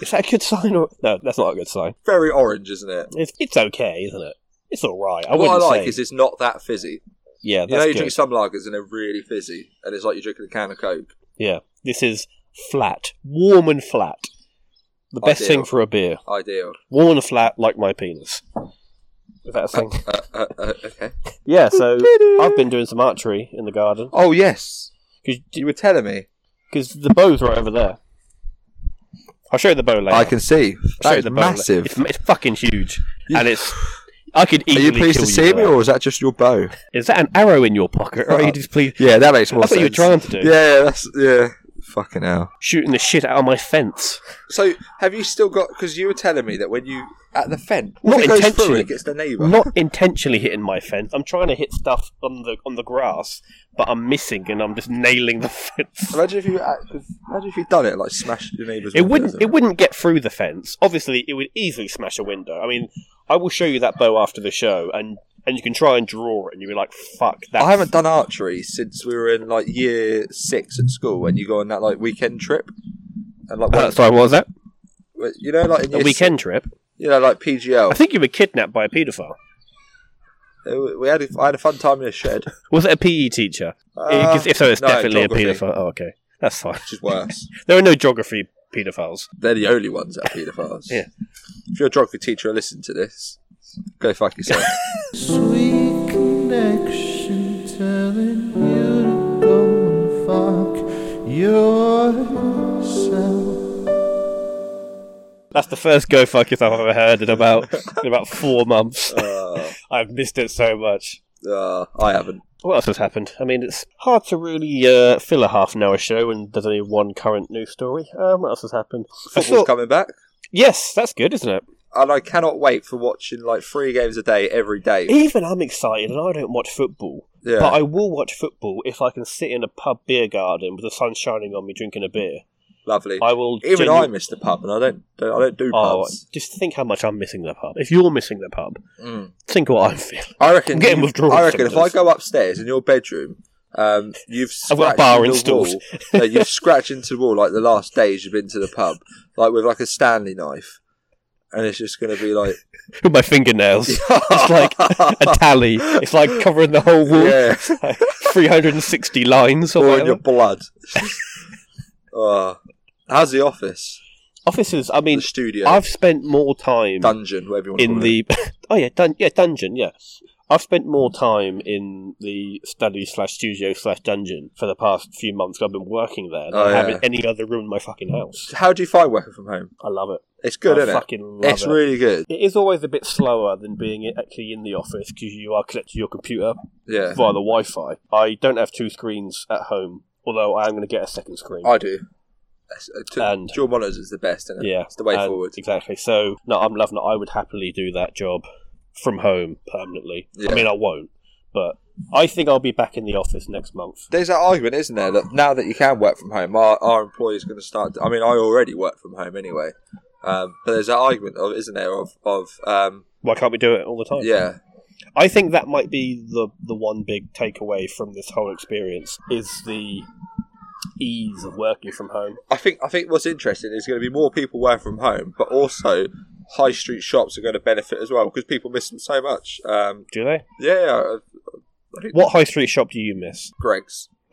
[SPEAKER 2] Is that a good sign or no? That's not a good sign.
[SPEAKER 3] Very orange, isn't it?
[SPEAKER 2] It's it's okay, isn't it? It's all right. I
[SPEAKER 3] what
[SPEAKER 2] wouldn't
[SPEAKER 3] I like
[SPEAKER 2] say.
[SPEAKER 3] is it's not that fizzy.
[SPEAKER 2] yeah,
[SPEAKER 3] You know,
[SPEAKER 2] that's
[SPEAKER 3] you
[SPEAKER 2] good.
[SPEAKER 3] drink some lagers and they're really fizzy, and it's like you're drinking a can of Coke.
[SPEAKER 2] yeah, this is flat, warm and flat. The best
[SPEAKER 3] Ideal.
[SPEAKER 2] thing for a beer,
[SPEAKER 3] Ideal.
[SPEAKER 2] warm and flat, like my penis. Is that a thing?
[SPEAKER 3] Uh, uh, uh, okay.
[SPEAKER 2] yeah. So I've been doing some archery in the garden.
[SPEAKER 3] Oh yes,
[SPEAKER 2] Because
[SPEAKER 3] you were telling me.
[SPEAKER 2] the bow's right over there. I'll show you the bow later.
[SPEAKER 3] I can see.
[SPEAKER 2] I'll show
[SPEAKER 3] That
[SPEAKER 2] you
[SPEAKER 3] is
[SPEAKER 2] the bow later.
[SPEAKER 3] massive.
[SPEAKER 2] It's, it's fucking huge,
[SPEAKER 3] You-
[SPEAKER 2] and it's. I could
[SPEAKER 3] Are
[SPEAKER 2] easily
[SPEAKER 3] you pleased
[SPEAKER 2] kill
[SPEAKER 3] to see
[SPEAKER 2] for
[SPEAKER 3] me,
[SPEAKER 2] that.
[SPEAKER 3] or Oh, is that just your bow?
[SPEAKER 2] Is that an arrow in your pocket, or are you just pleased?
[SPEAKER 3] Yeah, that makes more
[SPEAKER 2] That's what
[SPEAKER 3] sense.
[SPEAKER 2] you were trying to do.
[SPEAKER 3] Yeah, yeah, that's yeah. Fucking hell.
[SPEAKER 2] Shooting the shit out of my fence.
[SPEAKER 3] So, have you still got? Because you were telling me that when you at the fence,
[SPEAKER 2] Not
[SPEAKER 3] it goes through,
[SPEAKER 2] intentionally.
[SPEAKER 3] it gets the neighbour.
[SPEAKER 2] Not intentionally hitting my fence. I'm trying to hit stuff on the on the grass, but I'm missing, and I'm just nailing the fence.
[SPEAKER 3] Imagine if you act- 'cause imagine if you'd done it like smashed your neighbour's.
[SPEAKER 2] It
[SPEAKER 3] windows
[SPEAKER 2] wouldn't.
[SPEAKER 3] in.
[SPEAKER 2] It wouldn't get through the fence. Obviously, it would easily smash a window. I mean, I will show you that bow after the show, and and you can try and draw it, and you'll be like, "Fuck that!"
[SPEAKER 3] I haven't done archery since we were in like year six at school when you go on that like weekend trip. And like,
[SPEAKER 2] Uh, sorry, what was that?
[SPEAKER 3] when- you know, like in
[SPEAKER 2] A
[SPEAKER 3] year
[SPEAKER 2] weekend trip.
[SPEAKER 3] six- you know, like
[SPEAKER 2] I
[SPEAKER 3] PGL.
[SPEAKER 2] think you were kidnapped by a paedophile.
[SPEAKER 3] Uh, We had a, I had a fun time in a shed,
[SPEAKER 2] Was it a PE teacher?
[SPEAKER 3] Uh,
[SPEAKER 2] if so, it's
[SPEAKER 3] no,
[SPEAKER 2] definitely a
[SPEAKER 3] geography.
[SPEAKER 2] paedophile. Oh, okay, that's fine.
[SPEAKER 3] which is worse.
[SPEAKER 2] There are no geography paedophiles.
[SPEAKER 3] They're the only ones that are paedophiles.
[SPEAKER 2] Yeah.
[SPEAKER 3] If you're a geography teacher and listen to this, go fuck yourself.
[SPEAKER 1] Sweet connection telling you to go and fuck yourself.
[SPEAKER 2] That's the first go fuck yourself I've ever heard in about in about four months.
[SPEAKER 3] uh,
[SPEAKER 2] I've missed it so much.
[SPEAKER 3] uh, I haven't.
[SPEAKER 2] What else has happened? I mean, it's hard to really uh, fill a half an hour show when there's only one current news story. Um, what else has happened? I
[SPEAKER 3] Football's
[SPEAKER 2] saw-
[SPEAKER 3] coming back,
[SPEAKER 2] yes, that's good, isn't it?
[SPEAKER 3] and I cannot wait for watching like three games a day every day.
[SPEAKER 2] Even I'm excited, and I don't watch football.
[SPEAKER 3] Yeah,
[SPEAKER 2] But I will watch football if I can sit in a pub beer garden with the sun shining on me, drinking a beer.
[SPEAKER 3] lovely.
[SPEAKER 2] I will.
[SPEAKER 3] Even
[SPEAKER 2] genu-
[SPEAKER 3] I miss the pub, and I don't. I don't do
[SPEAKER 2] Oh,
[SPEAKER 3] pubs.
[SPEAKER 2] just think how much I'm missing the pub. If you're missing the pub,
[SPEAKER 3] Mm.
[SPEAKER 2] think what I'm feeling.
[SPEAKER 3] I reckon.
[SPEAKER 2] I'm getting withdrawal
[SPEAKER 3] I reckon if I
[SPEAKER 2] symptoms.
[SPEAKER 3] go upstairs in your bedroom, um, you've
[SPEAKER 2] I've got a
[SPEAKER 3] scratched
[SPEAKER 2] bar
[SPEAKER 3] into the
[SPEAKER 2] installed.
[SPEAKER 3] wall. no, you've scratched into the wall like the last days you've been to the pub, like with like a Stanley knife, and it's just going to be like
[SPEAKER 2] With my fingernails. it's like a tally. It's like covering the whole wall.
[SPEAKER 3] yeah,
[SPEAKER 2] Like 360 lines or
[SPEAKER 3] or in your
[SPEAKER 2] whatever.
[SPEAKER 3] blood. oh. How's the office?
[SPEAKER 2] Offices, I mean,
[SPEAKER 3] the studio,
[SPEAKER 2] I've spent more time
[SPEAKER 3] dungeon, whatever you want to
[SPEAKER 2] in
[SPEAKER 3] call it.
[SPEAKER 2] the. oh, yeah, dun- yeah, dungeon, yeah. I've spent more time in the study slash studio slash dungeon for the past few months. I've been working there than
[SPEAKER 3] Oh,
[SPEAKER 2] I have in
[SPEAKER 3] yeah.
[SPEAKER 2] any other room in my fucking house.
[SPEAKER 3] How do you find working from home?
[SPEAKER 2] I love it.
[SPEAKER 3] It's good,
[SPEAKER 2] I
[SPEAKER 3] isn't it?
[SPEAKER 2] fucking love
[SPEAKER 3] It's
[SPEAKER 2] it.
[SPEAKER 3] really good.
[SPEAKER 2] it is always a bit slower than being i- actually in the office because you are connected to your computer
[SPEAKER 3] Yeah,
[SPEAKER 2] via the Wi-Fi. I don't have two screens at home, although I am going to get a second screen.
[SPEAKER 3] I do. It's- uh, t-
[SPEAKER 2] And-
[SPEAKER 3] dual monitors is the best, isn't it?
[SPEAKER 2] yeah,
[SPEAKER 3] it's the way
[SPEAKER 2] and-
[SPEAKER 3] forward.
[SPEAKER 2] Exactly. So no, I'm loving it. I would happily do that job from home permanently.
[SPEAKER 3] Yeah.
[SPEAKER 2] I mean, I won't, but I think I'll be back in the office next month.
[SPEAKER 3] There's that argument, isn't there? That now that you can work from home, our, our employees going to start. I mean, I already work from home anyway. Um, but there's that argument, of, isn't there? Of, of um,
[SPEAKER 2] Why can't we do it all the time?
[SPEAKER 3] yeah,
[SPEAKER 2] I think that might be the the one big takeaway from this whole experience is the ease of working from home.
[SPEAKER 3] I think I think what's interesting is going to be more people work from home, but also high street shops are going to benefit as well because people miss them so much. Um,
[SPEAKER 2] Do they?
[SPEAKER 3] yeah, I think
[SPEAKER 2] What high street shop do you miss?
[SPEAKER 3] Greg's.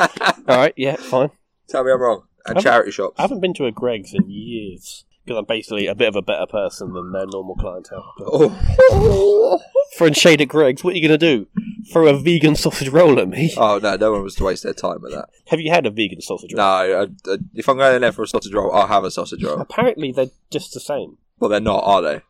[SPEAKER 2] All right, yeah, fine.
[SPEAKER 3] Tell me I'm wrong. And
[SPEAKER 2] Haven't-
[SPEAKER 3] charity shops.
[SPEAKER 2] I haven't been to a Greg's in years because I'm basically a bit of a better person than their normal clientele.
[SPEAKER 3] Oh.
[SPEAKER 2] Throwing shade at Greg's, what are you going to do? Throw a vegan sausage roll at me?
[SPEAKER 3] oh no, no one was to waste their time with that.
[SPEAKER 2] Have you had a vegan sausage
[SPEAKER 3] No,
[SPEAKER 2] roll?
[SPEAKER 3] I, I, if I'm going in there for a sausage roll, I'll have a sausage roll.
[SPEAKER 2] Apparently they're just the same.
[SPEAKER 3] Well, they're not, are they?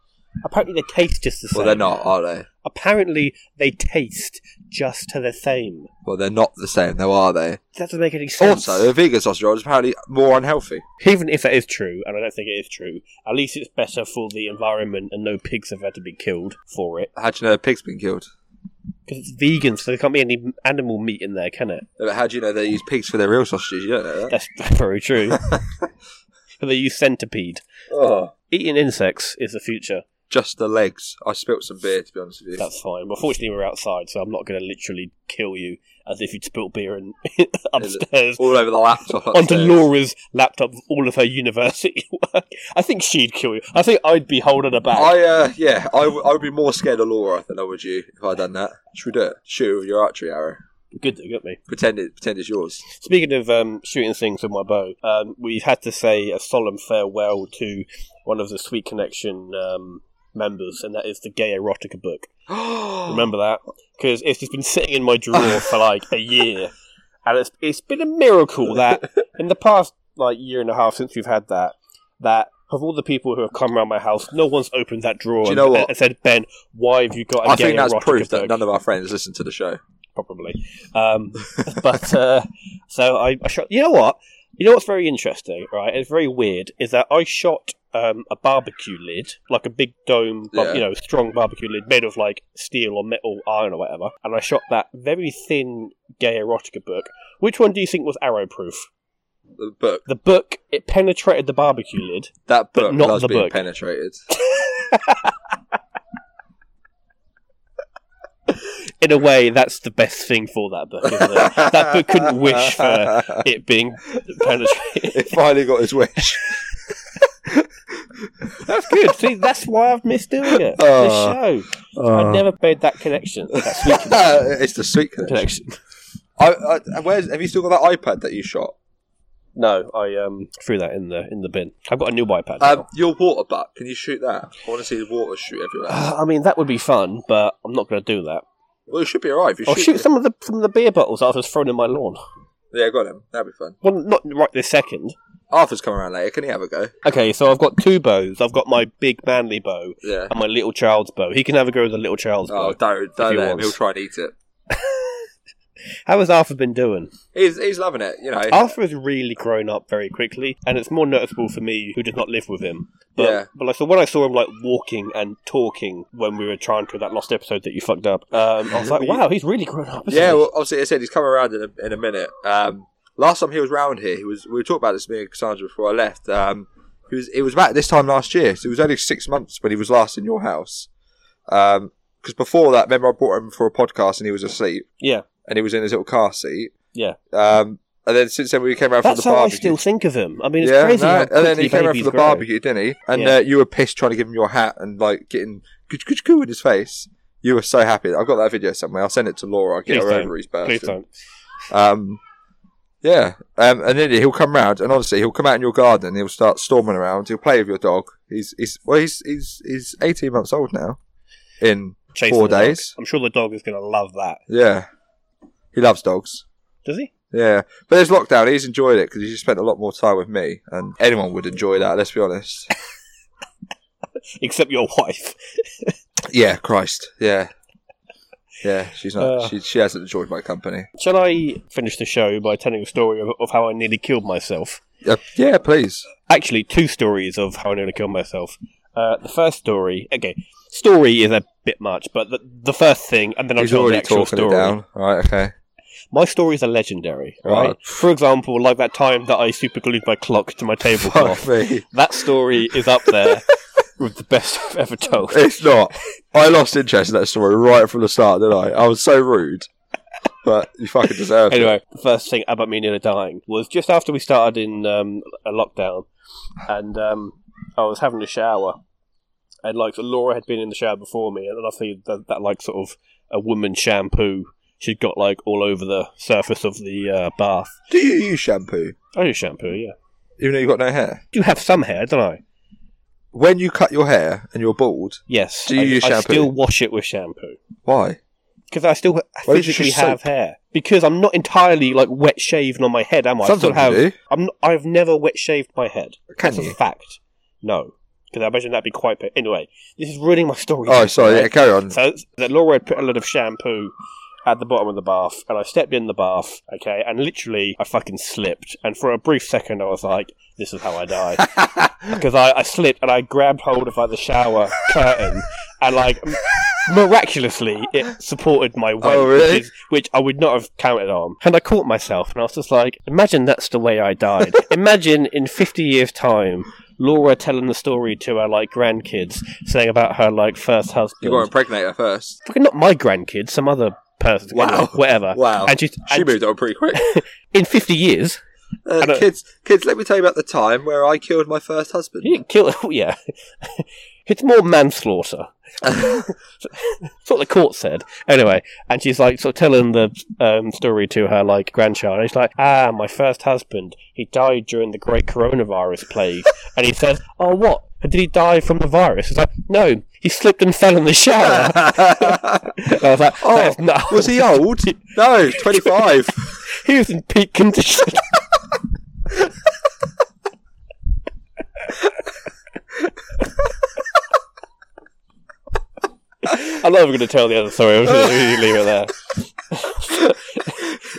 [SPEAKER 2] Apparently they taste just the same.
[SPEAKER 3] Well, they're not, are they?
[SPEAKER 2] Apparently they taste just to the same.
[SPEAKER 3] Well, they're not the same, though, are they?
[SPEAKER 2] That doesn't make any sense.
[SPEAKER 3] Also, a vegan sausage roll is apparently more unhealthy.
[SPEAKER 2] even if that is true, and I don't think it is true, at least it's better for the environment and no pigs have had to be killed for it.
[SPEAKER 3] How do you know a pig's been killed?
[SPEAKER 2] Because it's vegan, so there can't be any animal meat in there, can it?
[SPEAKER 3] But Uh, How do you know they use pigs for their real sausages? You don't know that.
[SPEAKER 2] That's very true. they use centipede.
[SPEAKER 3] Oh.
[SPEAKER 2] Eating insects is the future.
[SPEAKER 3] Just the legs. I spilt some beer, to be honest with you.
[SPEAKER 2] That's fine. Well, fortunately, we're outside, so I'm not going to literally kill you as if you'd spilt beer and upstairs
[SPEAKER 3] All over the laptop.
[SPEAKER 2] onto
[SPEAKER 3] upstairs.
[SPEAKER 2] Laura's laptop, of all of her university work. I think she'd kill you. I think I'd be holding her back.
[SPEAKER 3] I uh, yeah, I, w- I would be more scared of Laura than I would you if I'd done that. Should we do it? Shoot her with your archery arrow.
[SPEAKER 2] Good thing, got me.
[SPEAKER 3] Pretend it, pretend it's yours.
[SPEAKER 2] Speaking of um, shooting things with my bow, um, we've had to say a solemn farewell to one of the Sweet Connection um, members, and that is the Gay Erotica book.
[SPEAKER 3] Remember,
[SPEAKER 2] Remember that? Because it's just been sitting in my drawer for like a year, and it's it's been a miracle that in the past like year and a half since we've had that that of all the people who have come around my house, no one's opened that drawer
[SPEAKER 3] Do you
[SPEAKER 2] and,
[SPEAKER 3] know what?
[SPEAKER 2] and said, "Ben, why have you got a
[SPEAKER 3] I
[SPEAKER 2] gay
[SPEAKER 3] think that's
[SPEAKER 2] erotica
[SPEAKER 3] proof
[SPEAKER 2] book?"
[SPEAKER 3] that none of our friends listen to the show.
[SPEAKER 2] probably. Um, but uh, so I, I shot. You know what? You know what's very interesting, right? It's very weird. Is that I shot um, a barbecue lid, like a big dome, bar-
[SPEAKER 3] Yeah.
[SPEAKER 2] you know, strong barbecue lid made of like steel or metal, iron or whatever, and I shot that very thin gay erotica book. Which one do you think was arrow proof?
[SPEAKER 3] The book,
[SPEAKER 2] The book it penetrated the barbecue lid.
[SPEAKER 3] that
[SPEAKER 2] But
[SPEAKER 3] book
[SPEAKER 2] not
[SPEAKER 3] loves
[SPEAKER 2] the
[SPEAKER 3] being
[SPEAKER 2] book.
[SPEAKER 3] penetrated.
[SPEAKER 2] In a way, that's the best thing for that book. Isn't it? that book couldn't wish for it being penetrated.
[SPEAKER 3] it finally got his wish.
[SPEAKER 2] That's good. See, that's why I've missed doing it.
[SPEAKER 3] Oh.
[SPEAKER 2] the show. I never made that connection. That sweet
[SPEAKER 3] it's the sweet connection.
[SPEAKER 2] connection.
[SPEAKER 3] I, I, where's, have you still got that iPad that you shot?
[SPEAKER 2] No, I um Uh, threw that in the in the bin. I've got a new iPad.
[SPEAKER 3] Um,
[SPEAKER 2] now.
[SPEAKER 3] your water butt. Can you shoot that? I want to see the water shoot everywhere.
[SPEAKER 2] Uh, I mean, that would be fun, but I'm not going to do that.
[SPEAKER 3] Well, it should be alright if you
[SPEAKER 2] I'll
[SPEAKER 3] Oh, shoot.
[SPEAKER 2] shoot
[SPEAKER 3] it.
[SPEAKER 2] some of the some of the beer bottles I've just thrown in my lawn.
[SPEAKER 3] Yeah, got him. That'd be fun.
[SPEAKER 2] Well, not right this second,
[SPEAKER 3] Arthur's coming around later. Can he have a go?
[SPEAKER 2] Okay, so I've got two bows. I've got my big manly bow
[SPEAKER 3] Yeah.
[SPEAKER 2] and my little child's bow. He can have a go with a little child's
[SPEAKER 3] Oh,
[SPEAKER 2] bow.
[SPEAKER 3] don't don't
[SPEAKER 2] he
[SPEAKER 3] let him.
[SPEAKER 2] wants.
[SPEAKER 3] He'll try and eat it.
[SPEAKER 2] How has Arthur been doing?
[SPEAKER 3] He's he's loving it. You know.
[SPEAKER 2] Arthur has really grown up very quickly, and it's more noticeable for me who does not live with him. But,
[SPEAKER 3] Yeah.
[SPEAKER 2] but like, so when I saw him like walking and talking when we were trying to that lost episode that you fucked up, um, I was like, wow, he's really grown up. Isn't
[SPEAKER 3] yeah.
[SPEAKER 2] he?
[SPEAKER 3] Well, obviously, I said he's coming around in a, in a minute. Um, last time he was round here, he was. We were talking about this me and Cassandra before I left. Um, he was. It was about this time last year. So it was only six months when he was last in your house. Um, because before that, remember I brought him for a podcast and he was asleep
[SPEAKER 2] yeah,
[SPEAKER 3] and he was in his little car seat.
[SPEAKER 2] yeah.
[SPEAKER 3] Um, and then since then we came around
[SPEAKER 2] That's
[SPEAKER 3] from
[SPEAKER 2] how I
[SPEAKER 3] the barbecue.
[SPEAKER 2] still think of him. I mean, it's
[SPEAKER 3] yeah,
[SPEAKER 2] crazy.
[SPEAKER 3] no,
[SPEAKER 2] how
[SPEAKER 3] and then
[SPEAKER 2] quickly
[SPEAKER 3] he came around
[SPEAKER 2] babies
[SPEAKER 3] from the
[SPEAKER 2] grow.
[SPEAKER 3] barbecue, didn't he? And
[SPEAKER 2] Yeah.
[SPEAKER 3] uh, you were pissed trying to give him your hat and like getting good, good, good in his face. You were so happy. I've got that video somewhere. I'll send it to Laura. I'll get
[SPEAKER 2] Please
[SPEAKER 3] her
[SPEAKER 2] don't.
[SPEAKER 3] ovaries
[SPEAKER 2] Please
[SPEAKER 3] bursting.
[SPEAKER 2] don't.
[SPEAKER 3] Um, yeah, um, and then he'll come round, and honestly, he'll come out in your garden. He'll start storming around. He'll play with your dog. He's he's well, he's he's he's eighteen months old now. In
[SPEAKER 2] Chasing
[SPEAKER 3] four
[SPEAKER 2] the dog.
[SPEAKER 3] days,
[SPEAKER 2] I'm sure the dog is going to love that.
[SPEAKER 3] yeah, he loves dogs.
[SPEAKER 2] Does he?
[SPEAKER 3] Yeah, but there's lockdown. He's enjoyed it because he's spent a lot more time with me, and anyone would enjoy that. Let's be honest.
[SPEAKER 2] Except your wife.
[SPEAKER 3] Yeah, Christ. Yeah. Yeah, she's not.
[SPEAKER 2] Uh.
[SPEAKER 3] she she hasn't enjoyed my company.
[SPEAKER 2] Shall I finish the show by telling a story of, of how I nearly killed myself?
[SPEAKER 3] Uh, yeah, please.
[SPEAKER 2] Actually, two stories of how I nearly killed myself. Uh, the first story, okay, story is a bit much, but the, the first thing, and then I'll
[SPEAKER 3] He's
[SPEAKER 2] tell the
[SPEAKER 3] already
[SPEAKER 2] actual
[SPEAKER 3] talking
[SPEAKER 2] story.
[SPEAKER 3] it down. Oh. All right. Okay.
[SPEAKER 2] My stories are legendary, right?
[SPEAKER 3] Right.
[SPEAKER 2] For example, like that time that I superglued my clock to my
[SPEAKER 3] Fuck
[SPEAKER 2] tablecloth.
[SPEAKER 3] me.
[SPEAKER 2] That story is up there with the best I've ever told.
[SPEAKER 3] It's not. I lost interest in that story right from the start, didn't I? I was so rude. But you fucking deserve it.
[SPEAKER 2] Anyway, the first thing about me nearly dying was just after we started in um, a lockdown, and um, I was having a shower, and like Laura had been in the shower before me, and I think that, that like sort of a woman shampoo she'd got like all over the surface of the uh, bath.
[SPEAKER 3] Do you use shampoo?
[SPEAKER 2] I use shampoo, yeah.
[SPEAKER 3] Even though you've got no hair.
[SPEAKER 2] Do have some hair, don't I?
[SPEAKER 3] When you cut your hair and you're bald,
[SPEAKER 2] Yes.
[SPEAKER 3] Do you
[SPEAKER 2] I,
[SPEAKER 3] use
[SPEAKER 2] I
[SPEAKER 3] shampoo?
[SPEAKER 2] still wash it with shampoo
[SPEAKER 3] why?
[SPEAKER 2] because I still
[SPEAKER 3] don't you
[SPEAKER 2] physically
[SPEAKER 3] just
[SPEAKER 2] have hair because I'm not entirely like wet shaven on my head, am I? I still
[SPEAKER 3] Sometimes
[SPEAKER 2] have.
[SPEAKER 3] you do.
[SPEAKER 2] I'm not, I've never wet shaved my head.
[SPEAKER 3] Can
[SPEAKER 2] That's
[SPEAKER 3] you?
[SPEAKER 2] a fact. No, because I imagine that'd be quite. Pa- anyway, this is ruining my story.
[SPEAKER 3] Oh, sorry. Yeah,
[SPEAKER 2] Right?
[SPEAKER 3] carry on.
[SPEAKER 2] So that Laura had put a lot of shampoo at the bottom of the bath, and I stepped in the bath. Okay, and literally I fucking slipped, and for a brief second I was like, "This is how I die." because I, I slipped and I grabbed hold of like the shower curtain and like m- miraculously it supported my weight,
[SPEAKER 3] Oh, really?
[SPEAKER 2] which, is, which I would not have counted on. And I caught myself and I was just like, imagine that's the way I died. imagine in 50 years' time. Laura telling the story to her like grandkids, saying about her like first
[SPEAKER 3] You
[SPEAKER 2] husband.
[SPEAKER 3] got to impregnate her first.
[SPEAKER 2] Fucking not my grandkids, some other person.
[SPEAKER 3] Wow.
[SPEAKER 2] Anyway, whatever.
[SPEAKER 3] Wow.
[SPEAKER 2] And she,
[SPEAKER 3] She
[SPEAKER 2] and
[SPEAKER 3] moved on pretty quick.
[SPEAKER 2] in 50 years,
[SPEAKER 3] Uh,
[SPEAKER 2] don't-
[SPEAKER 3] kids, kids, let me tell you about the time where I killed my first husband.
[SPEAKER 2] you didn't kill. Oh, yeah. it's more manslaughter. That's what the court said. Anyway, and she's like sort of telling the um, story to her like grandchild. And she's like, ah, my first husband, he died during the great coronavirus plague. and he says, oh, what? Did he die from the virus? It's like, no, he slipped and fell in the shower. and I was like,
[SPEAKER 3] Oh,
[SPEAKER 2] that's no.
[SPEAKER 3] was he old? No, 25.
[SPEAKER 2] he was in peak condition. I'm not even going to tell the other story. I'm just going to leave it there.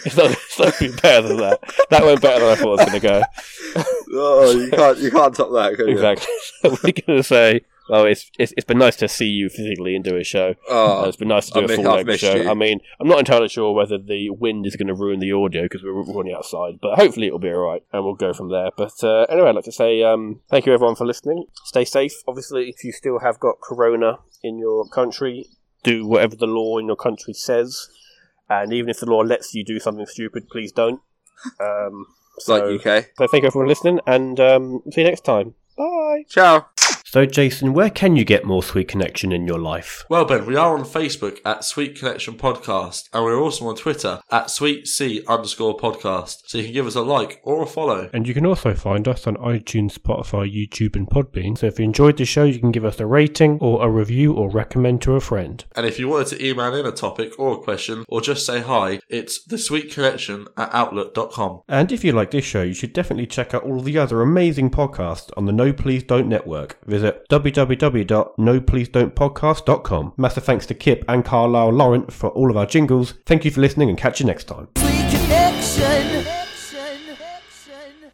[SPEAKER 2] it's not, it's not gonna be better than that. That went better than I thought it was going to go.
[SPEAKER 3] oh, you can't, you can't top that, can you?
[SPEAKER 2] Exactly. So we're going to say, well, it's, it's it's been nice to see you physically and do a show. Uh,
[SPEAKER 3] Oh,
[SPEAKER 2] it's been nice to do
[SPEAKER 3] I
[SPEAKER 2] a
[SPEAKER 3] mean,
[SPEAKER 2] full
[SPEAKER 3] I've
[SPEAKER 2] length
[SPEAKER 3] missed
[SPEAKER 2] show.
[SPEAKER 3] you.
[SPEAKER 2] I mean, I'm not entirely sure whether the wind is going to ruin the audio because we're running outside, but hopefully it'll be all right and we'll go from there. But uh, anyway, I'd like to say um, thank you everyone for listening. Stay safe. Obviously, if you still have got corona in your country, do whatever the law in your country says. And even if the law lets you do something stupid, please don't. Um,
[SPEAKER 3] it's like
[SPEAKER 2] so,
[SPEAKER 3] UK.
[SPEAKER 2] so thank you everyone for listening and um, see you next time. Bye.
[SPEAKER 3] Ciao.
[SPEAKER 4] So, Jason, where can you get more Sweet Connection in your life?
[SPEAKER 3] Well, Ben, we are on Facebook at Sweet Connection Podcast, and we're also on Twitter at Sweet C underscore podcast. So you can give us a like or a follow.
[SPEAKER 2] And you can also find us on iTunes, Spotify, YouTube, and Podbean. So if you enjoyed the show, you can give us a rating or a review or recommend to a friend.
[SPEAKER 3] And if you wanted to email in a topic or a question or just say hi, it's the Sweet Connection at outlook.com.
[SPEAKER 2] And if you like this show, you should definitely check out all the other amazing podcasts on the No Please Don't Network. Visit www.nopleasedon'tpodcast.com. Massive thanks to Kip and Carlisle Laurent for all of our jingles. Thank you for listening and catch you next time.
[SPEAKER 1] Sweet connection.